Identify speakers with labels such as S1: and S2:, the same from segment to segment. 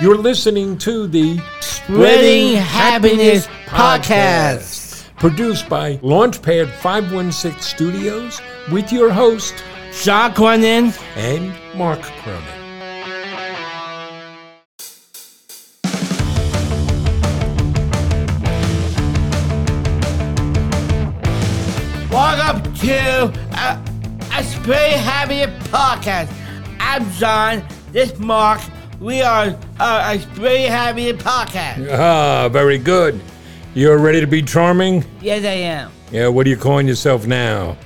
S1: You're listening to the
S2: Spreading Happiness Podcast.
S1: produced by Launchpad 516 Studios with your host
S2: Jacques Cronin.
S1: and Mark Cronin.
S2: Welcome to a, Uh, a Spray Happiness Podcast. I'm John. This is Mark. We are uh, a Spray Happiness Podcast.
S1: Ah, very good. You're ready to be charming?
S2: Yes, I am.
S1: Yeah, what are you calling yourself now?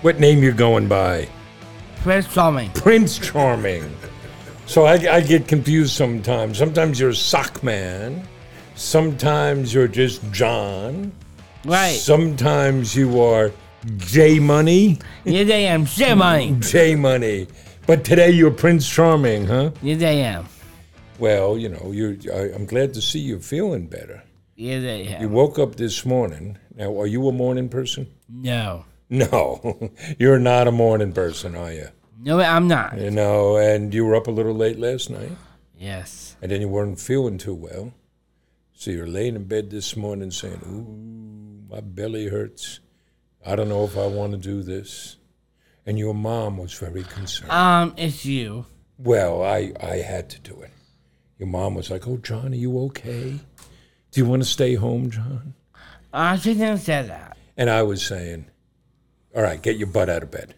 S1: What name you going by?
S2: Prince Charming.
S1: Prince Charming. So I, I get confused sometimes. Sometimes you're Sockman. Sometimes you're just John.
S2: Right.
S1: Sometimes you are J Money.
S2: yes, I am. Share money.
S1: J Money. But today you're Prince Charming, huh?
S2: Yes, I am.
S1: Well, you know, you. I, I'm glad to see you're feeling better.
S2: Yes, I
S1: You
S2: am.
S1: woke up this morning. Now, are you a morning person?
S2: No.
S1: No, you're not a morning person, are you?
S2: No, I'm not.
S1: You know, and you were up a little late last night,
S2: Yes.
S1: and then you weren't feeling too well. So you're laying in bed this morning saying, Ooh, my belly hurts. I don't know if I want to do this. And your mom was very concerned.
S2: Um, it's you.
S1: Well, I, I had to do it. Your mom was like, Oh, John, are you okay? Do you want to stay home, John?
S2: I shouldn't have said that.
S1: And I was saying, All right, get your butt out of bed.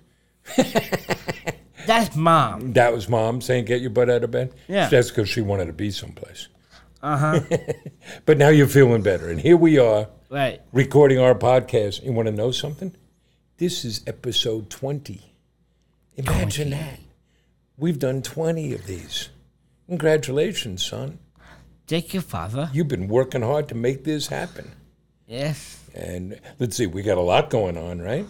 S2: That's mom.
S1: That was mom saying, Get your butt out of bed.
S2: Yeah.
S1: That's because she wanted to be someplace.
S2: Uh-huh.
S1: Uh huh. but now you're feeling better. And here we are
S2: Right.
S1: recording our podcast. You want to know something? This is episode 20. Imagine that. We've done 20 of these. Congratulations, son.
S2: Thank you, father.
S1: You've been working hard to make this happen.
S2: Yes.
S1: And let's see, we got a lot going on, right?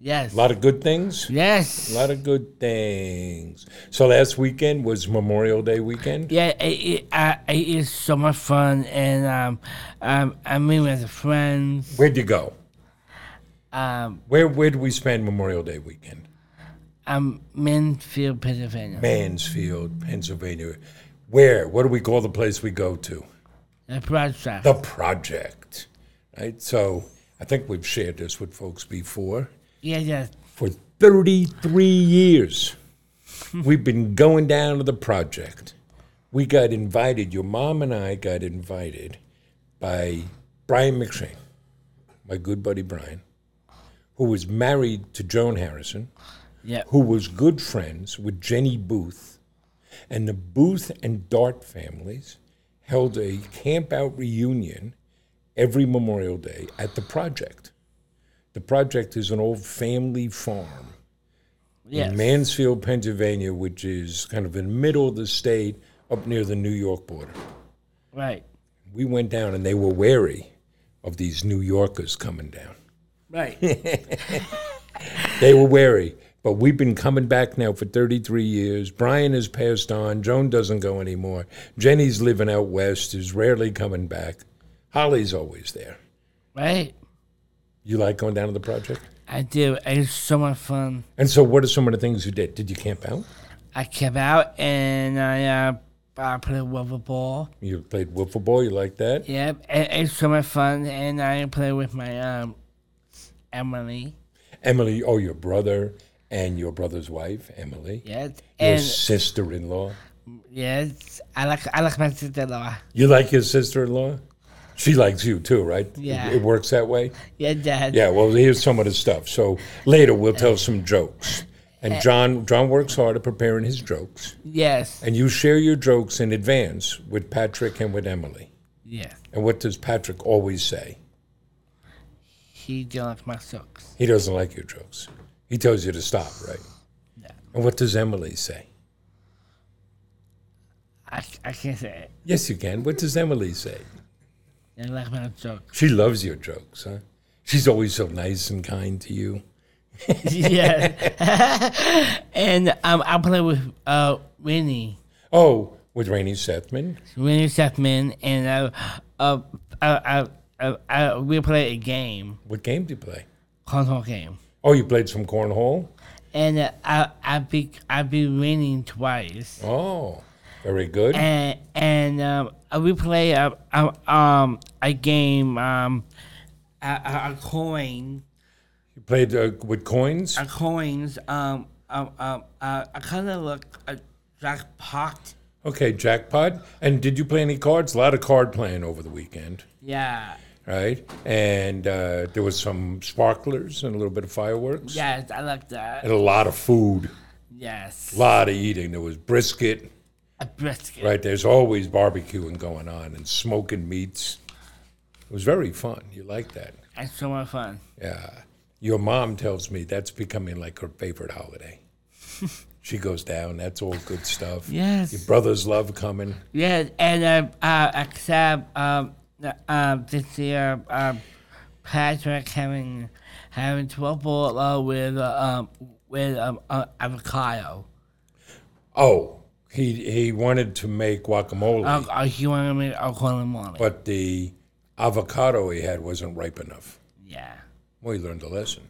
S2: Yes.
S1: A lot of good things.
S2: Yes.
S1: A lot of good things. So last weekend was Memorial Day weekend.
S2: Yeah, it, it, uh, it is so much fun, and um, um, I mean with friends.
S1: Where'd you go?
S2: Um,
S1: Where where did we spend Memorial Day weekend?
S2: I'm Menfield, Pennsylvania.
S1: Mansfield, Pennsylvania. Where? What do we call the place we go to?
S2: The project.
S1: The project. Right? So I think we've shared this with folks before.
S2: yeah, yes.
S1: For 33 years, we've been going down to the project. We got invited, your mom and I got invited by Brian McShane, my good buddy Brian, who was married to Joan Harrison,
S2: Yeah.
S1: who was good friends with Jenny Booth. And the Booth and Dart families held a campout reunion every Memorial Day at the project. The project is an old family farm
S2: Yes.
S1: in Mansfield, Pennsylvania, which is kind of in the middle of the state up near the New York border.
S2: right.
S1: We went down and they were wary of these New Yorkers coming down.
S2: Right.
S1: They were wary, but we've been coming back now for 33 years. Brian has passed on. Joan doesn't go anymore. Jenny's living out west, is rarely coming back. Holly's always there.
S2: right.
S1: You like going down to the project?
S2: I do. It is so much fun.
S1: And so, what are some of the things you did? Did you camp out?
S2: I kept out and I uh, I played rubber ball.
S1: You played wiffle ball. You like that?
S2: Yep. It, it's so much fun, and I play with my um Emily.
S1: Emily, oh, your brother and your brother's wife, Emily,
S2: Yes.
S1: your
S2: And
S1: sister in law.
S2: yes, I like I like my sister-in-law.
S1: You like your sister in law? She likes you too, right? It-
S2: Yeah.
S1: It, works that way?
S2: Yeah, Dad.
S1: Yeah, well, here's some of the stuff. So later we'll tell some jokes.
S2: Uh,
S1: And John, John works hard at preparing his jokes.
S2: Yes.
S1: And you share your jokes in advance with Patrick and with Emily.
S2: Yes.
S1: And what does Patrick always say?
S2: He don't like my socks.
S1: He doesn't like your jokes. He tells you to stop, right?
S2: Yeah.
S1: And what does Emily say?
S2: I, I can't say it.
S1: Yes, you can. What does Emily say?
S2: They don't like my socks.
S1: She loves your jokes, huh? She's always so nice and kind to you.
S2: yes. and um, I play with uh Winnie,
S1: Oh, with Rainey Sethman.
S2: Winnie Sethman, and uh, uh, uh, uh, uh, uh, we play a game,
S1: What game do you play?
S2: cornhole game.
S1: Oh, you played some cornhole?
S2: and uh, I I've been I've been winning twice.
S1: Oh, very good.
S2: and and um, uh, we play a, a um a game um a, a, a coin
S1: you played uh, with coins.
S2: a coins um um um uh, a kind of uh, like a jackpot
S1: Okay, jackpot. And did you play any cards? A lot of card playing over the weekend,
S2: yeah
S1: right? And uh, there was some sparklers and a little bit of fireworks.
S2: yes I like that
S1: And a lot of food,
S2: yes
S1: a lot of eating. There was brisket,
S2: a brisket
S1: right? There's always barbecuing going on and smoking meats. It was very fun. You like that.
S2: and so much fun
S1: Yeah. uh, Your mom tells me that's becoming like her favorite holiday. she goes down. That's all good stuff.
S2: Yes.
S1: Your brothers love coming.
S2: yes and uh, uh except um uh, um this year um Patrick having having trouble uh, with uh, um with um uh, avocado.
S1: Oh, he he wanted to make guacamole,
S2: I'll, I'll, you want uh, me? I'll call him on it.
S1: but the avocado he had wasn't ripe enough.
S2: Yeah.
S1: Well, he learned a lesson.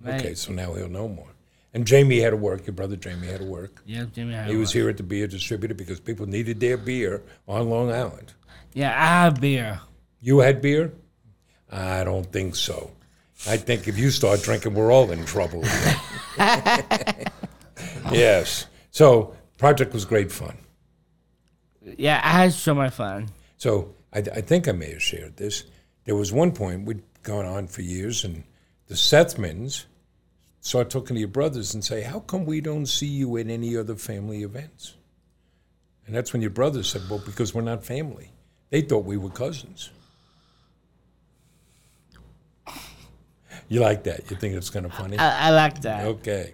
S2: Right.
S1: Okay, so now he'll know more. And Jamie had to work. Your brother Jamie had to work.
S2: Yeah, Jimmy. Had
S1: He was here at the beer distributor because people needed their beer on Long Island.
S2: Yeah, I have beer.
S1: You had beer? I don't think so. I think if you start drinking, we're all in trouble. here. yes. So, project was great fun.
S2: Yeah, I had so much fun.
S1: So, I, I think I may have shared this. There was one point we'd gone on for years, and the Sethmans start talking to your brothers and say, "How come we don't see you at any other family events?" And that's when your brothers said, "Well, because we're not family." They thought we were cousins. You like that? You think it's kind of funny?
S2: I, I like that.
S1: Okay.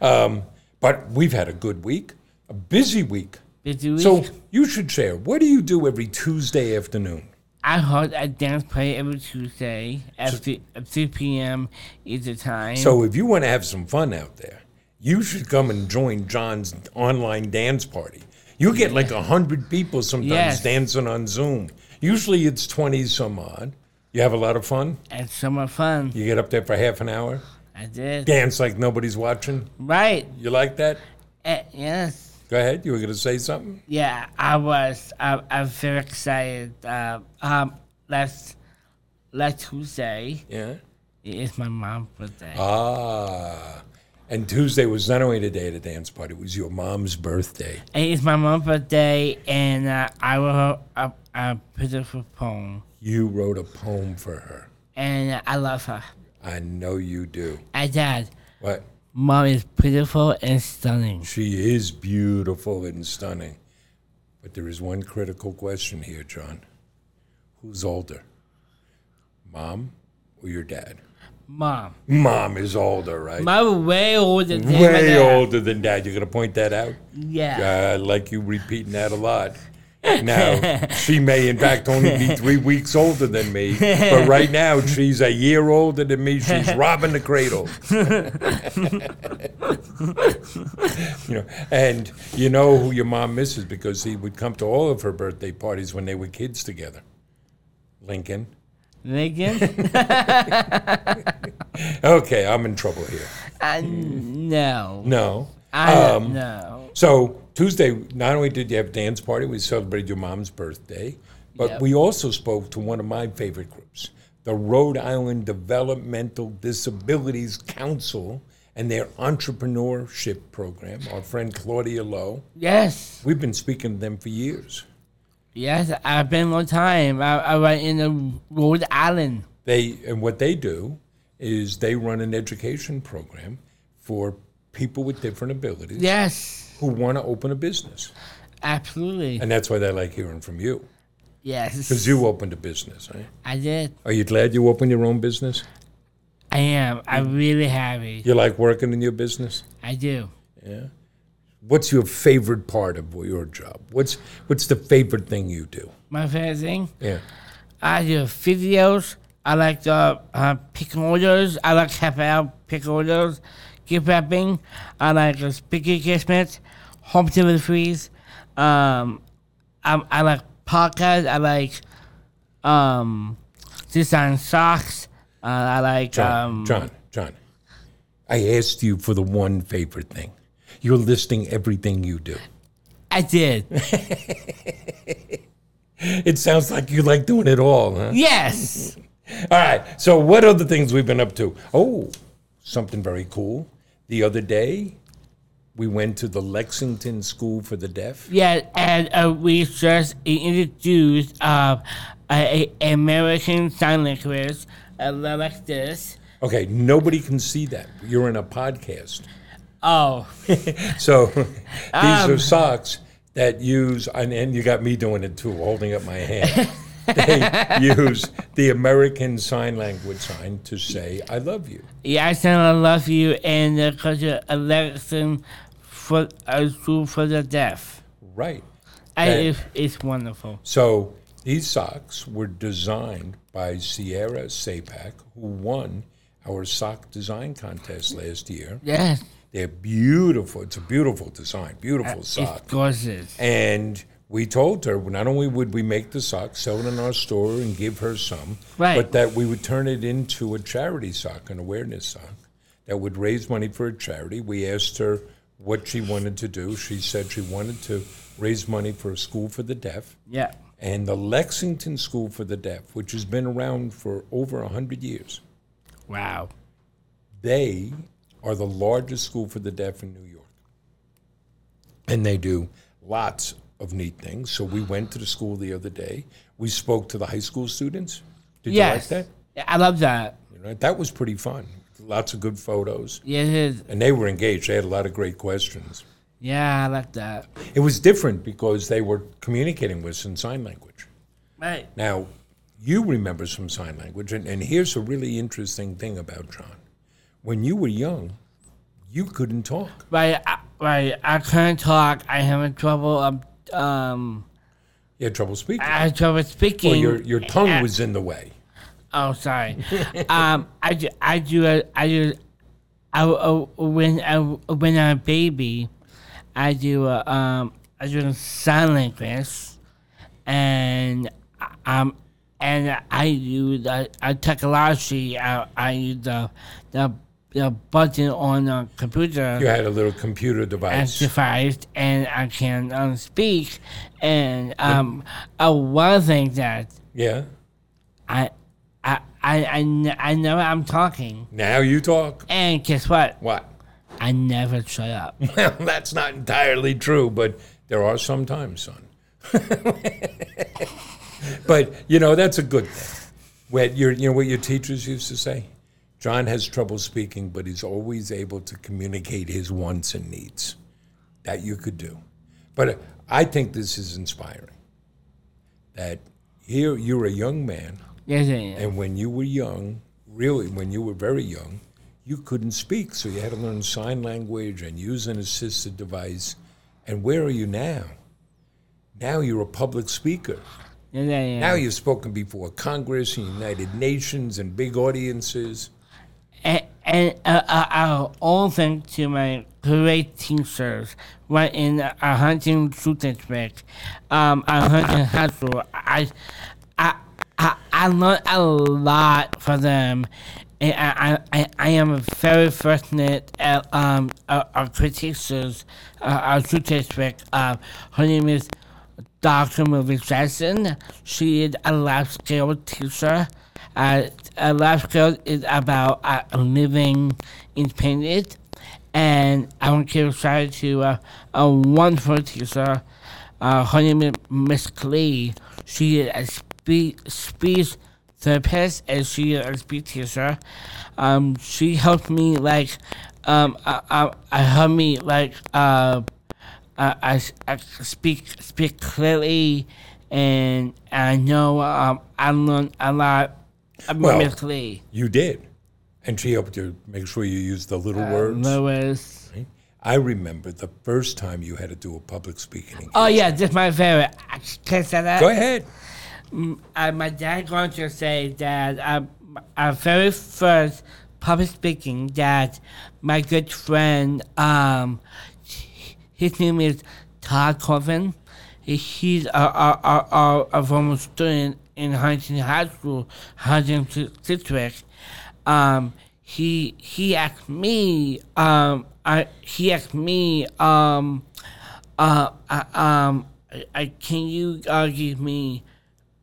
S1: Um, but we've had a good week, a busy week.
S2: Did you?
S1: So you should share. What do you do every Tuesday afternoon?
S2: I hold a dance party every Tuesday at, three at 3 p.m. Eastern time.
S1: So if you want to have some fun out there, you should come and join John's online dance party. You get like a hundred people sometimes
S2: Yes.
S1: dancing on Zoom. Usually it's twenty some odd. You have a lot of fun.
S2: and so much fun.
S1: You get up there for half an hour,
S2: I did.
S1: dance like nobody's watching.
S2: Right.
S1: You like that?
S2: Eh, yes.
S1: Go ahead. You were gonna say something.
S2: Yeah, I was. I, I'm very excited. Uh, um, last last Tuesday
S1: Yeah.
S2: is my mom's birthday.
S1: Uh. Ah. And Tuesday was not only the day of the dance party; it was your mom's birthday.
S2: And It's my mom's birthday, and uh, I wrote a, a beautiful poem,
S1: You wrote a poem for her.
S2: and I love her.
S1: I know you do.
S2: I said,
S1: What?
S2: "Mom is beautiful and stunning."
S1: She is beautiful and stunning. But there is one critical question here, John. Who's older? Mom or your dad?
S2: Mom,
S1: Mom is older, right?
S2: mom way older than my
S1: Way
S2: dad.
S1: older than dad. You're going to point that out?
S2: Yeah,
S1: I like you repeating that a lot. Now, she may, in fact, only be three weeks older than me, but right now she's a year older than me. She's robbing the cradle. you know, and you know who your mom misses because he would come to all of her birthday parties when they were kids together. Lincoln.
S2: Lincoln.
S1: Okay, I'm in trouble here.
S2: I no,
S1: No.
S2: I
S1: Um,
S2: no.
S1: So Tuesday, not only did you have a dance party, we celebrated your mom's birthday, but
S2: Yep.
S1: we also spoke to one of my favorite groups, the Rhode Island Developmental Disabilities Council and their entrepreneurship program. Our friend Claudia Lowe,
S2: Yes,
S1: we've been speaking to them for years.
S2: yes. I've been a long time. I, I was in the Rhode Island.
S1: They and what they do is they run an education program for people with different abilities
S2: Yes,
S1: who want to open a business,
S2: absolutely.
S1: and that's why they like hearing from you because
S2: Yes,
S1: you opened a business, right?
S2: I did.
S1: Are you glad you opened your own business?
S2: I am.
S1: Mm.
S2: I'm really happy.
S1: You like working in your business?
S2: I do.
S1: Yeah. What's your favorite part of your job? What's what's the favorite thing you do?
S2: My favorite thing.
S1: Yeah.
S2: I do videos. I like the uh, pick orders. I like help out pick orders, gift wrapping. I like uh, speaker engagements, home deliveries. Um, I, I like podcasts. I like um, design socks. Uh, I like
S1: John,
S2: um,
S1: John, John. I asked you for the one favorite thing. You're listing everything you do.
S2: I did.
S1: It sounds like you like doing it all, huh?
S2: yes.
S1: All right. So, what other things we've been up to? Oh, something very cool. The other day, we went to the Lexington School for the Deaf.
S2: Yeah, and uh, we just introduced uh, a, a American Sign Language uh, like this.
S1: Okay, nobody can see that. You're in a podcast.
S2: Oh,
S1: So, these are socks that use, and, and you got me doing it too, holding up my hand. they use the American Sign Language sign to say, I love you.
S2: yeah, I said I love you and the culture election for a school for the deaf.
S1: Right.
S2: I,
S1: Right.
S2: it's, it's wonderful.
S1: So these socks were designed by Sierra Sapak, who won our sock design contest last year.
S2: Yes,
S1: They're beautiful. It's a beautiful design,
S2: Uh,
S1: beautiful sock.
S2: it's gorgeous.
S1: And we told her not only would we make the sock, sell it in our store, and give her some,
S2: Right.
S1: but that we would turn it into a charity sock, an awareness sock, that would raise money for a charity. We asked her what she wanted to do. She said she wanted to raise money for a school for the deaf
S2: Yeah,
S1: and the Lexington School for the Deaf, which has been around for over 100 years,
S2: wow.
S1: they are the largest school for the deaf in New York. And they do lots of neat things. So we went to the school the other day. We spoke to the high school students. Did
S2: yes,
S1: you like that?
S2: Yeah, I love that.
S1: You know, that was pretty fun. Lots of good photos.
S2: Yes, it is.
S1: And they were engaged. They had a lot of great questions.
S2: yeah, I like that.
S1: It was different because they were communicating with us in sign language.
S2: Right.
S1: Now, you remember some sign language, and, and here's a really interesting thing about John. When you were young, you couldn't talk.
S2: Right, I, right. I couldn't talk. I having trouble. Um, um,
S1: You had trouble speaking.
S2: I had trouble speaking.
S1: Or your, your tongue
S2: I-
S1: was in the way.
S2: Oh, sorry. um, I do. I do. a- I do. I, uh, when I when I'm a baby, I do a, um I do a sign language, and um and I do the I technology. I I use the the the button on the computer.
S1: You had a little computer
S2: as
S1: device.
S2: devised and I can um, speak. And um, uh, one thing that
S1: Yeah.
S2: I, I, I, I, ne- I know I'm talking.
S1: Now you talk.
S2: And guess what?
S1: What?
S2: I never shut up.
S1: Well, that's not entirely true, but there are some times, son. but you know that's a good thing. What your you know what your teachers used to say, John has trouble speaking, but he's always able to communicate his wants and needs. That you could do, but I think this is inspiring. That here you're a young man,
S2: yes, I am.
S1: and when you were young, really, when you were very young, you couldn't speak. So you had to learn sign language and use an assisted device. And where are you now? Now you're a public speaker.
S2: Yes, I am.
S1: Now you've spoken before Congress and United Nations and big audiences.
S2: and and uh, uh, uh, all thanks to my great teachers right in a hunting shooting trick, um, a hunting hustle. I, I, I, I learned a lot from them. And I, I- I, I am very fortunate at um, our, our great teachers, uh, our shooting trick. Uh, her name is Dr. Movie Jackson. She is a life skill teacher. Uh, a life skill is about uh, living independent. And I want to give shout to uh, a wonderful teacher, uh, her name is Miss Clee. She is a speech, speech therapist and she is a speech teacher. Um, she helped me, like, um, I, I, I helped me, like, uh, I, I s- I speak speak clearly, and I know um, I learned a lot
S1: Well,
S2: about Miss Lee.
S1: You did. And she helped you make sure you used the little
S2: Uh,
S1: words.
S2: Lewis.
S1: I remember the first time you had to do a public speaking.
S2: Oh yeah, this is my favorite. I can I say that.
S1: Go ahead.
S2: Uh, my dad going to say that um, our very first public speaking that my good friend um, his name is Todd Coffin. He- He's a, a, a, a, a former student in Huntington High School, Huntington District. Um, he he asked me um I he asked me um uh I, um I, I can you uh, give me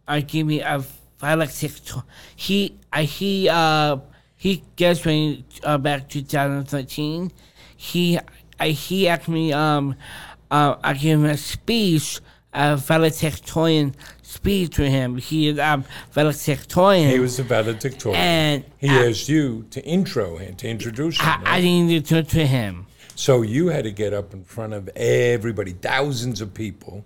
S2: uh, give me a five like six tw- he I he uh he guess when uh, back 2013 he I, he asked me um uh, I gave him a speech a valedictorian speech to him he is um valedictorian
S1: He was a valedictorian.
S2: And
S1: he
S2: I-
S1: asked you to intro him, to introduce him.
S2: I, I
S1: right?
S2: didn't do to, to him.
S1: so you had to get up in front of everybody, thousands of people.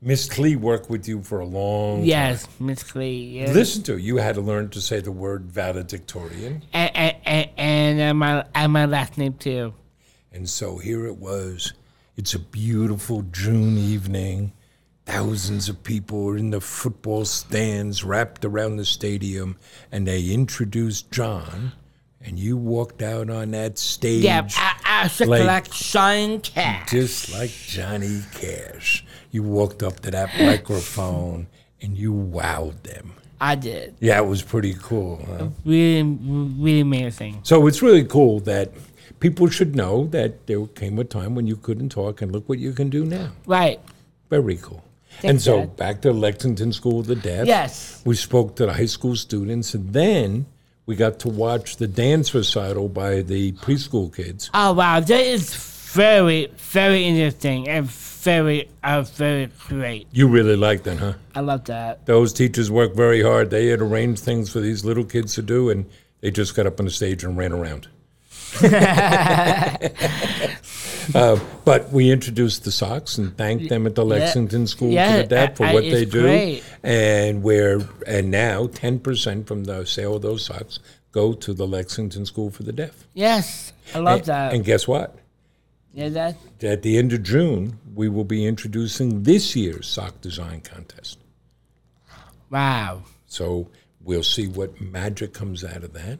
S1: Miss Clee worked with you for a long
S2: Yes, Miss Clee. Yes.
S1: Listen to it. You had to learn to say the word valedictorian.
S2: and and, and, and uh, my and my last name too.
S1: And so here it was. It's a beautiful June evening. Thousands of people are in the football stands wrapped around the stadium, and they introduced John. And you walked out on that stage
S2: Yeah, I, I should
S1: Like-
S2: collect Sean Cat.
S1: just like Johnny Cash. You walked up to that microphone and you wowed them.
S2: I did.
S1: Yeah, it was pretty cool. Huh?
S2: Really, really amazing.
S1: So it's really cool that people should know that there came a time when you couldn't talk, and look what you can do now.
S2: Right.
S1: Very cool. and
S2: Thanks,
S1: so
S2: Dad.
S1: back to Lexington School of the Deaf.
S2: Yes.
S1: We spoke to the high school students, and then we got to watch the dance recital by the preschool kids.
S2: Oh wow, that is very, very interesting and very, uh, very great.
S1: You really liked that, huh?
S2: I love that.
S1: Those teachers worked very hard. They had arranged things for these little kids to do, and they just got up on the stage and ran around. Uh, but we introduced the Sox and thanked them at the Lexington School
S2: yeah,
S1: for the Deaf for
S2: I- I-
S1: what they
S2: it's
S1: do,
S2: great.
S1: and where and now ten percent from the sale of those socks go to the Lexington School for the Deaf.
S2: Yes, I love
S1: And-
S2: that.
S1: And guess what?
S2: yeah, that.
S1: At the end of June, we will be introducing this year's sock design contest.
S2: Wow.
S1: So we'll see what magic comes out of that.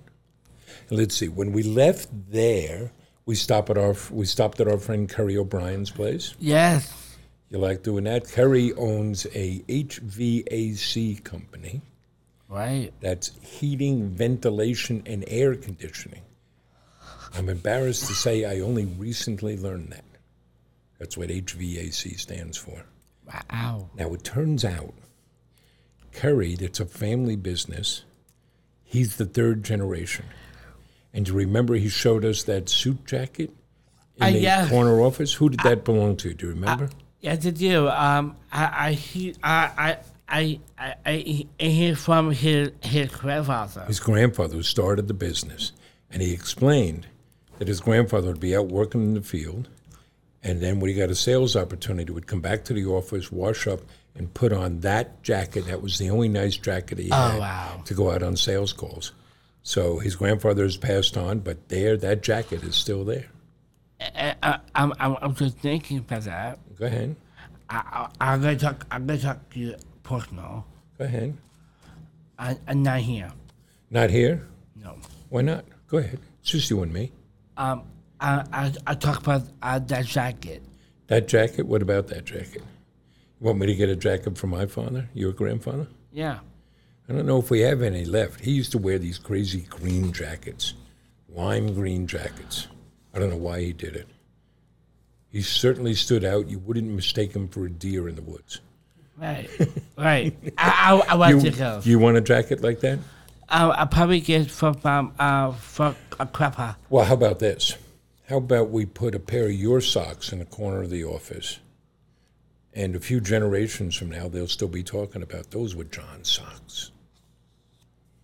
S1: And let's see. When we left there, we stopped at our we stopped at our friend Kerry O'Brien's place.
S2: Yes.
S1: You like doing that? Kerry owns a HVAC company
S2: Right.
S1: that's heating, ventilation, and air conditioning. I'm embarrassed to say I only recently learned that. That's what HVAC stands for.
S2: Wow.
S1: Now, it turns out Curry, that's a family business, he's the third generation. And you remember he showed us that suit jacket in
S2: Uh,
S1: the
S2: yeah. Uh,
S1: corner office? Who did that belong to? Do you remember?
S2: Yes, I do. Um, I, I, he, I, I, I, I, I hear from his his grandfather.
S1: his grandfather who started the business. And he explained that his grandfather would be out working in the field. And then when he got a sales opportunity, would come back to the office, wash up, and put on that jacket. That was the only nice jacket he had
S2: wow.
S1: to go out on sales calls. So his grandfather has passed on, but there, that jacket is still there.
S2: I, I, I'm, I'm, I'm just thinking about that.
S1: Go ahead.
S2: I, I, I'm gonna talk. I'm gonna talk to you personal.
S1: Go ahead.
S2: I, I'm not here.
S1: Not here?
S2: No.
S1: Why not? Go ahead. It's just you and me.
S2: Um, I, I, I talk about uh, that jacket.
S1: That jacket, what about that jacket? You want me to get a jacket from my father, your grandfather?
S2: Yeah.
S1: I don't know if we have any left. He used to wear these crazy green jackets, lime green jackets. I don't know why he did it. He certainly stood out. You wouldn't mistake him for a deer in the woods.
S2: Right. right. I, I, I want
S1: You,
S2: to go.
S1: you want a jacket like that?
S2: I, I probably get from um, uh, from a crapper.
S1: Well, how about this? How about we put a pair of your socks in the corner of the office, and a few generations from now, they'll still be talking about those were John's socks.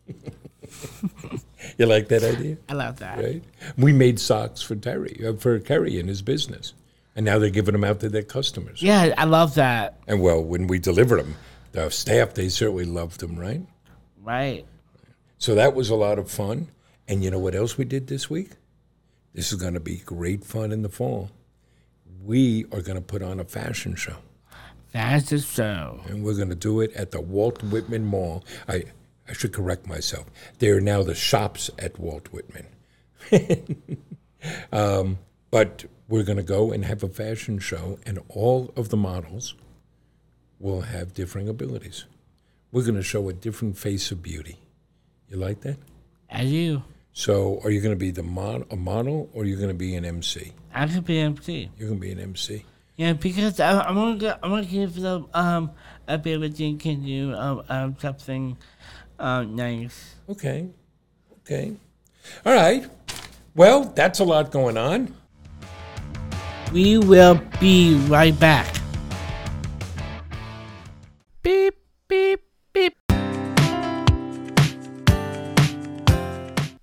S1: you like that idea?
S2: I love that.
S1: right? We made socks for Terry, uh, for Kerry and his business, and now they're giving them out to their customers.
S2: Yeah, I love that.
S1: And well, when we delivered them, the staff they certainly loved them, right?
S2: Right.
S1: So that was a lot of fun. And you know what else we did this week? This is going to be great fun in the fall. We are going to put on a fashion show,
S2: That's the show.
S1: and we're going to do it at the Walt Whitman Mall. I I should correct myself. They are now the shops at Walt Whitman. Um, But we're going to go and have a fashion show, and all of the models will have differing abilities. We're going to show a different face of beauty. You like that?
S2: As you.
S1: So, are you going to be the mon- a model or are you going to be an MC?
S2: I could be MC.
S1: You're going to be an MC.
S2: Yeah, because I, I want to I want to give them um a ability to do um, um something um nice.
S1: Okay. Okay. All right. Well, that's a lot going on.
S2: We will be right back.
S3: Beep, beep, beep.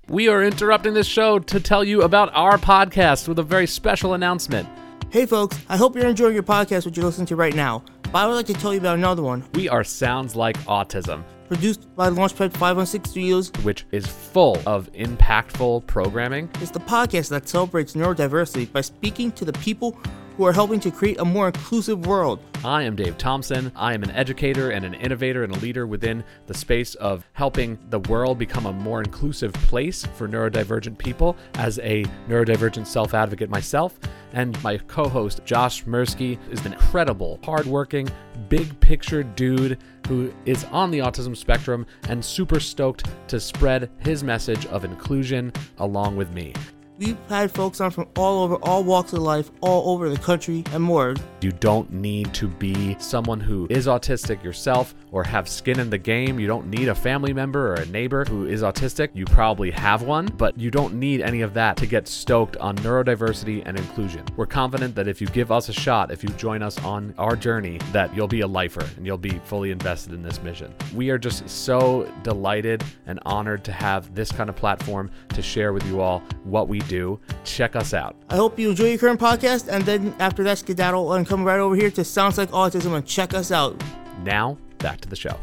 S3: We are interrupting this show to tell you about our podcast with a very special announcement.
S4: Hey folks, I hope you're enjoying your podcast, which you're listening to right now. But I would like to tell you about another one,
S3: We are Sounds Like Autism,
S4: produced by Launchpad 516 Studios.
S3: which is full of impactful programming.
S4: It's the podcast that celebrates neurodiversity by speaking to the people who are helping to create a more inclusive world.
S3: I am Dave Thompson. I am an educator and an innovator and a leader within the space of helping the world become a more inclusive place for neurodivergent people as a neurodivergent self advocate myself. And my co host, Josh Mirsky, is an incredible, hardworking, big picture dude who is on the autism spectrum and super stoked to spread his message of inclusion along with me.
S4: We've had folks on from all over, all walks of life, all over the country, and more.
S3: You don't need to be someone who is autistic yourself or have skin in the game. You don't need a family member or a neighbor who is autistic. You probably have one, but you don't need any of that to get stoked on neurodiversity and inclusion. We're confident that if you give us a shot, if you join us on our journey, that you'll be a lifer and you'll be fully invested in this mission. We are just so delighted and honored to have this kind of platform to share with you all what we do. Check us out.
S4: I hope you enjoy your current podcast, and then after that, skedaddle and come right over here to Sounds Like Autism and check us out.
S3: Now, back to the show.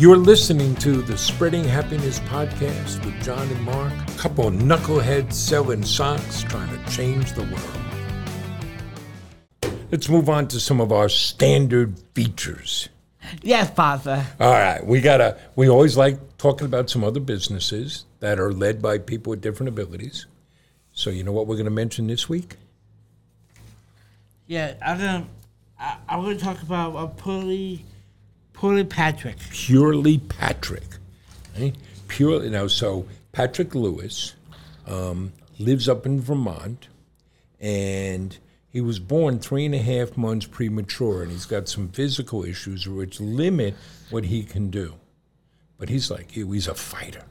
S1: You're listening to the Spreading Happiness podcast with John and Mark, a couple of knuckleheads selling socks trying to change the world. Let's move on to some of our standard features.
S2: Yes, Father.
S1: All right, we gotta. We always like talking about some other businesses that are led by people with different abilities. So you know what we're gonna mention this week?
S2: Yeah, I'm gonna I, I'm gonna talk about uh, Polly Polly Patrick.
S1: Purely Patrick. eh? Purely now. So Patrick Lewis um, lives up in Vermont, and he was born three and a half months premature, and he's got some physical issues which limit what he can do. But he's like you. He's a fighter.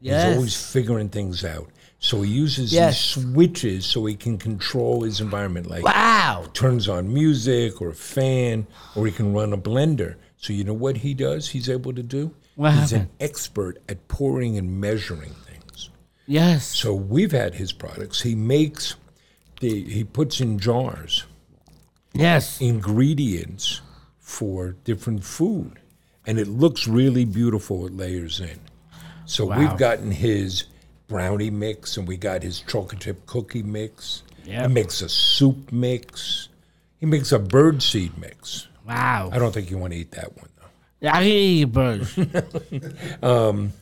S2: Yes.
S1: He's always figuring things out. So he uses
S2: Yes.
S1: these switches so he can control his environment. Like
S2: Wow.
S1: turns on music or a fan, or he can run a blender. So you know what he does? He's able to do.
S2: What
S1: He's
S2: happened?
S1: an expert at pouring and measuring things.
S2: Yes.
S1: So we've had his products. He makes the he puts in jars
S2: Yes.
S1: ingredients for different food. And it looks really beautiful, it layers in. So we've gotten his brownie mix and we got his chocolate chip cookie mix. He
S2: Yep.
S1: makes a soup mix. He makes a birdseed mix.
S2: Wow.
S1: I don't think you want to eat that one though.
S2: I can eat birds.
S1: And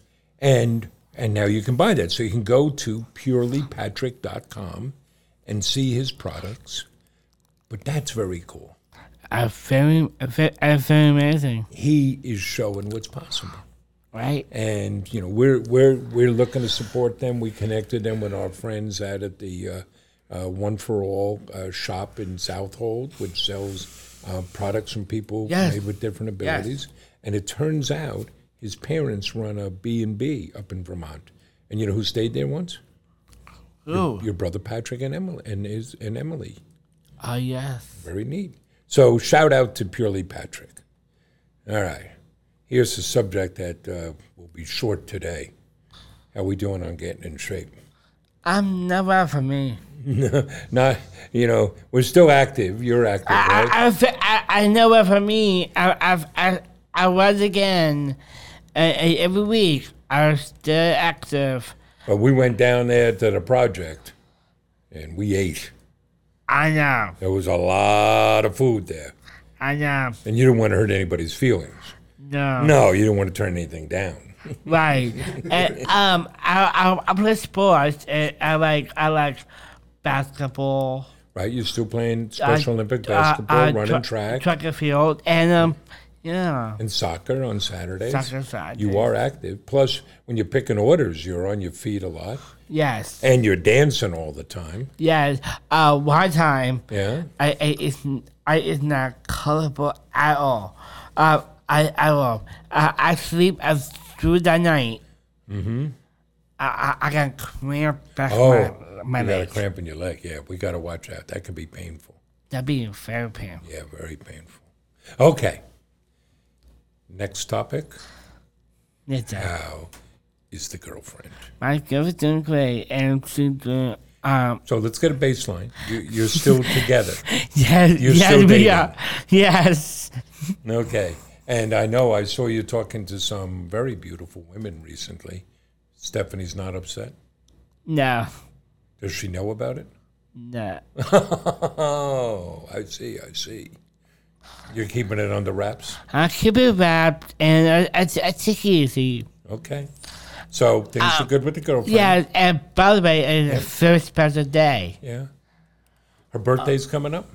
S1: and now you can buy that. So you can go to purelypatrick.com and see his products. But that's very cool.
S2: I'm very, I'm very, I'm very amazing,
S1: He is showing what's possible.
S2: right?
S1: and you know we're we're we're looking to support them. We connected them with our friends out at the uh, uh, One for All uh, shop in Southold, which sells uh, products from people
S2: Yes.
S1: made with different abilities. And it turns out his parents run a B and B up in Vermont, and you know who stayed there once?
S2: Ooh.
S1: Your brother Patrick and Emily and is and Emily.
S2: Oh, yes.
S1: Very neat. So shout out to Purely Patrick. All right. Here's a subject that uh, will be short today. How we doing on getting in shape?
S2: I'm never for me.
S1: Not, you know, we're still active. You're active,
S2: I,
S1: right?
S2: I, I, fe- I, I know it for me. I, I've, I, I was again uh, every week. I was still active.
S1: But we went down there to the project, and we ate.
S2: I know.
S1: There was a lot of food there,
S2: I know.
S1: and you didn't want to hurt anybody's feelings.
S2: No.
S1: No, you didn't want to turn anything down.
S2: Right. and, um, I, I, I play sports. And I like, I like basketball.
S1: Right? You're still playing
S2: I-
S1: Special Olympic
S2: uh,
S1: basketball,
S2: uh,
S1: running
S2: tra-
S1: track.
S2: track and field, and um, Yeah.
S1: and soccer on Saturdays.
S2: Soccer Saturdays.
S1: You are active. Plus, when you're picking orders, you're on your feet a lot,
S2: Yes.
S1: and you're dancing all the time.
S2: Yes. Uh, one time,
S1: Yeah.
S2: I, I it's I is not colorful at all. Uh, I I will. I, I sleep as through the night. Mm-hmm. I I, I can cramp back
S1: Oh,
S2: my my
S1: you got a
S2: legs.
S1: cramp in your leg. Yeah, we got to watch out. That could be painful.
S2: That'd be very painful.
S1: Yeah, very painful. Okay. Next topic.
S2: It's uh,
S1: How is the girlfriend?
S2: my girlfriend's doing great, and she's doing um.
S1: So let's get a baseline. You, you're still together.
S2: Yes.
S1: You're
S2: yes,
S1: still
S2: we are. Yes.
S1: Okay. And I know I saw you talking to some very beautiful women recently. Stephanie's not upset.
S2: No.
S1: Does she know about it?
S2: No.
S1: oh, I see. I see. You're keeping it under wraps.
S2: I keep it wrapped, and I I, I take it easy.
S1: Okay. So things are good with the girlfriend.
S2: Um, Yeah, and by the way, it's a very special day.
S1: Yeah. Her birthday's coming up.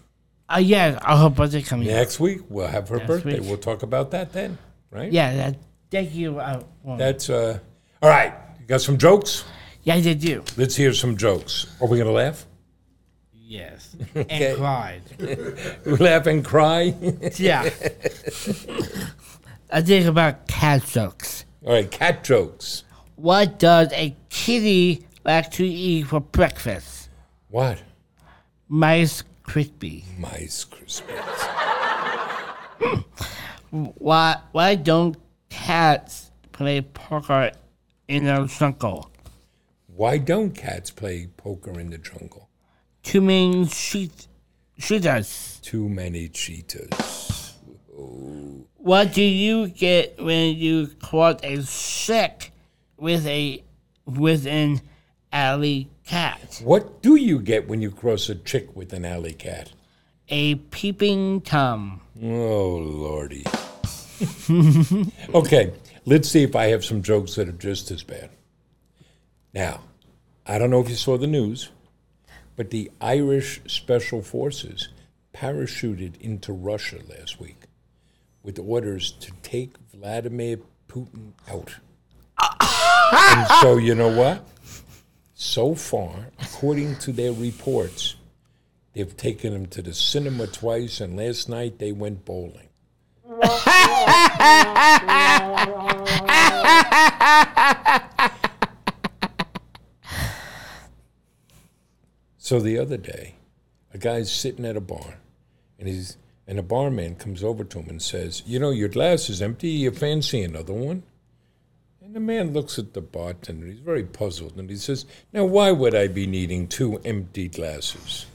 S2: Uh, yes, I hope birthday coming. Yeah,
S1: Next week, we'll have her
S2: Next
S1: birthday.
S2: week.
S1: We'll talk about that then, right?
S2: yeah that, thank you. Uh, woman.
S1: That's, uh, all right. You got some jokes?
S2: yeah, they do.
S1: Let's hear some jokes. Are we going to laugh?
S2: Yes, and cried.
S1: laugh and cry?
S2: Yeah. I think about cat jokes.
S1: all right, cat jokes.
S2: What does a kitty like to eat for breakfast?
S1: What?
S2: Mice crispy.
S1: Mice Christmas.
S2: Why? Why don't cats play poker in a circle?
S1: Why don't cats play poker in the jungle?
S2: Too many sheet shooters.
S1: Too many cheetahs.
S2: What do you get when you caught a sick with a with an alley cat?
S1: What do you get when you cross a chick with an alley cat?
S2: A peeping tom.
S1: Oh, lordy. okay, let's see if I have some jokes that are just as bad. Now, I don't know if you saw the news, but the Irish Special Forces parachuted into Russia last week with orders to take Vladimir Putin out. and so, you know what? So far, according to their reports, They've taken him to the cinema twice, and last night they went bowling. so the other day, a guy's sitting at a bar, and he's and a barman comes over to him and says, "You know, your glass is empty. You fancy another one?" And the man looks at the bartender. He's very puzzled, and he says, "Now, why would I be needing two empty glasses?"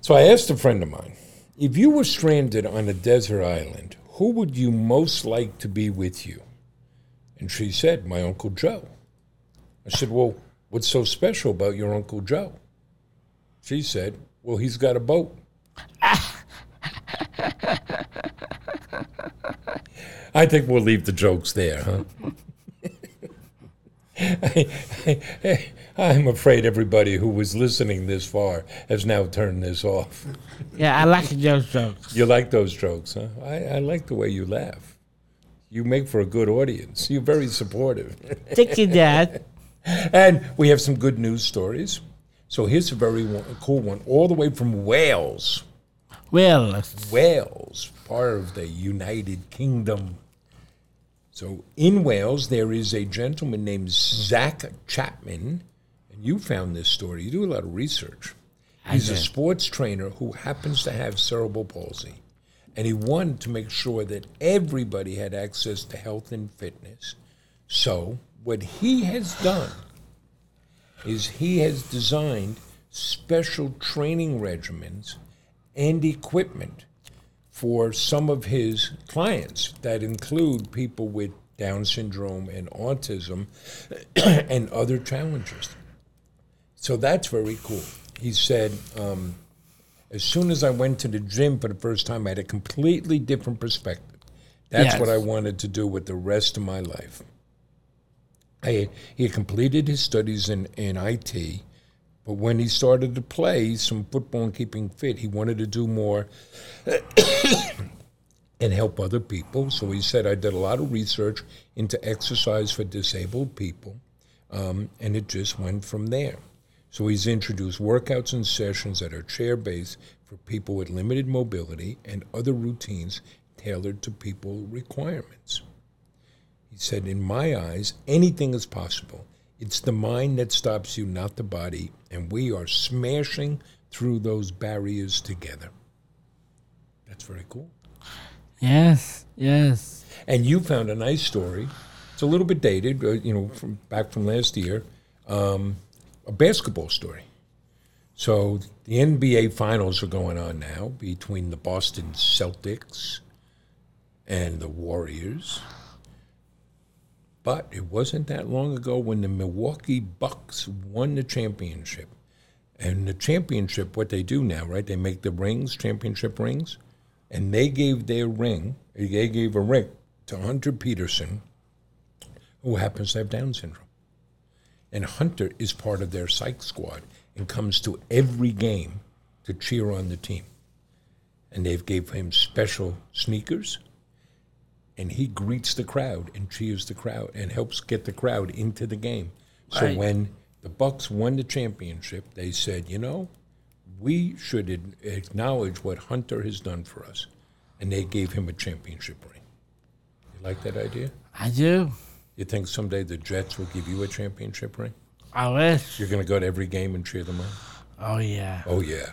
S1: So I asked a friend of mine, if you were stranded on a desert island, who would you most like to be with you? And she said, my Uncle Joe. I said, well, what's so special about your Uncle Joe? She said, well, he's got a boat. I think we'll leave the jokes there, huh? I'm afraid everybody who was listening this far has now turned this off.
S2: Yeah, I like those jokes.
S1: You like those jokes, huh? I, I like the way you laugh. You make for a good audience. You're very supportive.
S2: Thank you, Dad.
S1: and we have some good news stories. So here's a very one, a cool one, all the way from Wales.
S2: Well,
S1: Wales, part of the United Kingdom. So in Wales, there is a gentleman named Zach Chapman, and you found this story. You do a lot of research. He's a sports trainer who happens to have cerebral palsy, and he wanted to make sure that everybody had access to health and fitness. So what he has done is he has designed special training regimens and equipment for some of his clients that include people with Down syndrome and autism and other challenges. So that's very cool. He said, um, as soon as I went to the gym for the first time, I had a completely different perspective. That's
S2: Yes.
S1: what I wanted to do with the rest of my life. I, he completed his studies in, in IT, But when he started to play some football and keeping fit, he wanted to do more and help other people. So he said, I did a lot of research into exercise for disabled people, um, and it just went from there. So he's introduced workouts and sessions that are chair based for people with limited mobility and other routines tailored to people requirements. He said, In my eyes, anything is possible. It's the mind that stops you, not the body, and we are smashing through those barriers together. That's very cool.
S2: Yes, yes.
S1: And you found a nice story. It's a little bit dated, uh, you know, from back from last year. Um, a basketball story. So the NBA finals are going on now between the Boston Celtics and the Warriors. But it wasn't that long ago when the Milwaukee Bucks won the championship. And the championship, what they do now, right? They make the rings, championship rings, and they gave their ring, they gave a ring to Hunter Peterson, who happens to have Down syndrome. And Hunter is part of their psych squad and comes to every game to cheer on the team. And they've gave him special sneakers and he greets the crowd and cheers the crowd and helps get the crowd into the game. So
S5: Right.
S1: when the Bucks won the championship, they said, you know, we should ad- acknowledge what Hunter has done for us, and they gave him a championship ring. You like that idea?
S2: I do.
S1: You think someday the Jets will give you a championship ring?
S2: I wish.
S1: You're going to go to every game and cheer them on?
S2: Oh yeah.
S1: Oh yeah.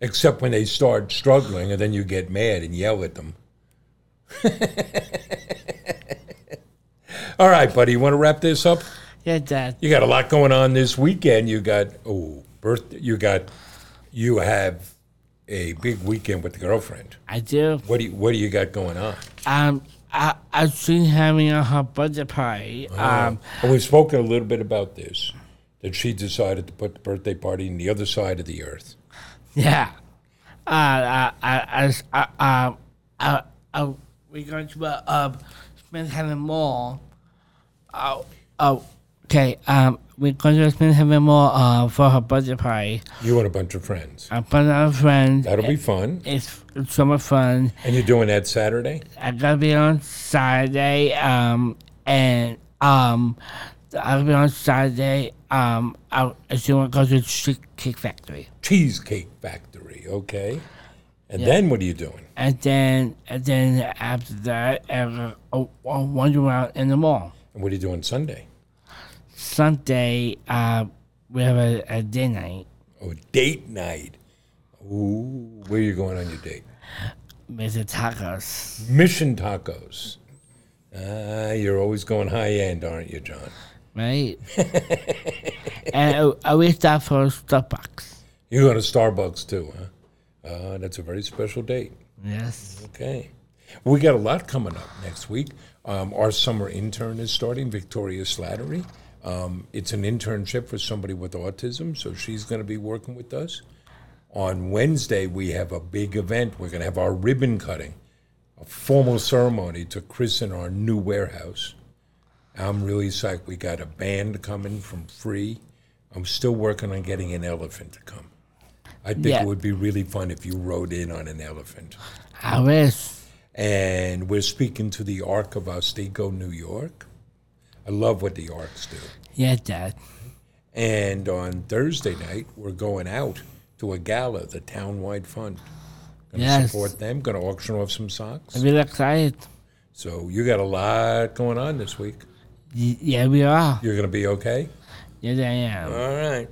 S1: Except when they start struggling, and then you get mad and yell at them. All right, buddy. You want to wrap this up?
S2: Yeah, Dad.
S1: You got a lot going on this weekend. You got oh birth. You got you have a big weekend with the girlfriend.
S2: I do.
S1: What do you What do you got going on?
S2: Um, I I've seen having a her birthday party. Um,
S1: and we've spoken a little bit about this. That she decided to put the birthday party on the other side of the earth.
S2: yeah. Uh, I I I I um I, I we're going to uh, um Smith Heaven Mall. Oh oh. Okay. Um, we're going to Smith Heaven Mall uh for her Uh, birthday party.
S1: You and a bunch of friends.
S2: A bunch of friends.
S1: That'll be fun.
S2: It's, it's so much fun.
S1: And you're doing that Saturday.
S2: I gotta be on Saturday, um, and um, I'll be on Saturday. Um, I if you want to go to the Chic Cake Factory,
S1: Cheesecake Factory, okay? And then what are you doing?
S2: and then and then after that, I'll go- I'll wander around in the mall.
S1: And what are you doing Sunday?
S2: Sunday, uh, we have a, a day night,
S1: Oh, date night. Ooh, where are you going on your date?
S2: Mr. Tacos.
S1: Mission Tacos. Ah, you're always going high end, aren't you, John?
S2: Right, and I, I we stop for Starbucks.
S1: You're going to Starbucks too, huh? Uh, that's a very special date.
S2: Yes,
S1: Okay. We got a lot coming up next week. Um, our summer intern is starting, Victoria Slattery. Um, it's an internship for somebody with autism, so she's going to be working with us. On Wednesday, we have a big event. We're going to have our ribbon cutting, a formal ceremony to christen our new warehouse. I'm really psyched. We got a band coming from Free. I'm still working on getting an elephant to come. I think
S2: Yeah.
S1: it would be really fun if you rode in on an elephant
S2: I wish.
S1: and we're speaking to the Ark of Otsego, New York. I love what the Arks do.
S2: Yeah, Dad.
S1: And on Thursday night, we're going out to a gala, the townwide fund. Going to
S2: Yes.
S1: support them. Going to auction off some
S2: I'm
S1: socks.
S2: really excited.
S1: So you got a lot going on this week.
S2: Y- yeah, we are.
S1: You're going to be okay.
S2: Yes, I am.
S1: All right.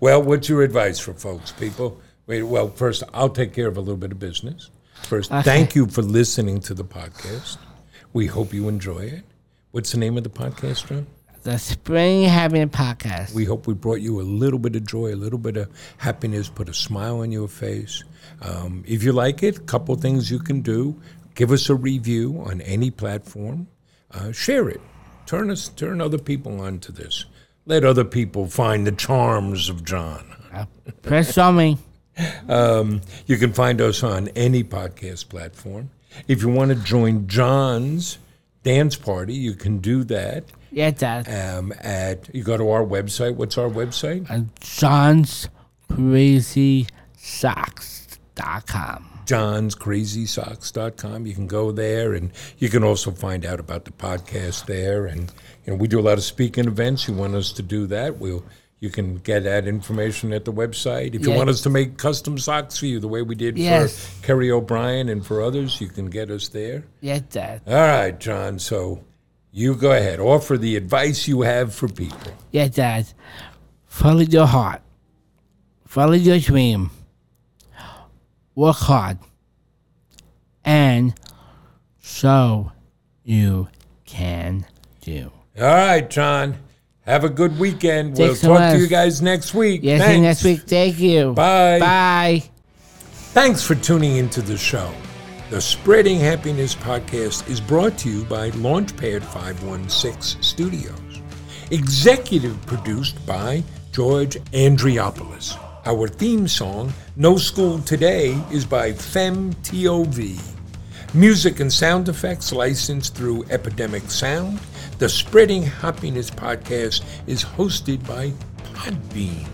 S1: Well, what's your advice for folks, people? Wait, well, first, I'll take care of a little bit of business. First, thank you for listening to the podcast. We hope you enjoy it. What's the name of the podcast, John?
S2: the Spring Happiness Podcast.
S1: We hope we brought you a little bit of joy, a little bit of happiness, put a smile on your face. Um, if you like it, couple things you can do: give us a review on any platform, uh, share it, turn us, turn other people onto this. Let other people find the charms of John.
S2: Press on me.
S1: You can find us on any podcast platform. If you want to join John's dance party, you can do that
S6: Yeah, it does.
S1: Um, at you go to our website. What's our website?
S6: And John's Crazy Socks.com.
S1: johnscrazysocks.com. You can go there, and you can also find out about the podcast there. And you know, we do a lot of speaking events. You want us to do that? We'll. You can get that information at the website. If you
S6: Yeah.
S1: want us to make custom socks for you, the way we did
S6: Yes.
S1: for Kerry O'Brien and for others, you can get us there.
S6: Yeah, it does.
S1: All right, John. So you go ahead. Offer the advice you have for people.
S6: Yeah, it does. Follow your heart. Follow your dream. Work hard. And so you can do.
S1: All right, John. Have a good weekend. we'll
S6: Thanks so
S1: talk to
S6: much.
S1: you guys next week.
S6: Yes,
S1: Thanks.
S6: and next week. Thank you.
S1: Bye.
S6: Bye.
S1: Thanks for tuning into the show. The Spreading Happiness podcast is brought to you by Launchpad 516 Studios. Executive produced by George Andriopoulos. Our theme song, No School Today, is by FemTOV. Music and sound effects licensed through Epidemic Sound. The Spreading Happiness podcast is hosted by Podbean.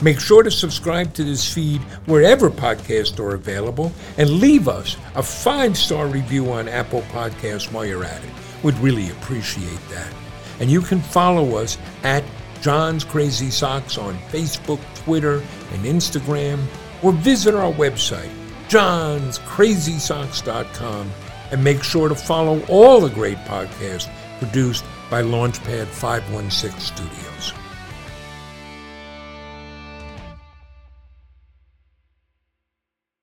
S1: Make sure to subscribe to this feed wherever podcasts are available and leave us a five star review on Apple Podcasts while you're at it. We'd really appreciate that. And you can follow us at John's Crazy Socks on Facebook, Twitter, and Instagram, or visit our website, johnscrazysocks.com, and make sure to follow all the great podcasts produced by Launchpad 516 Studios.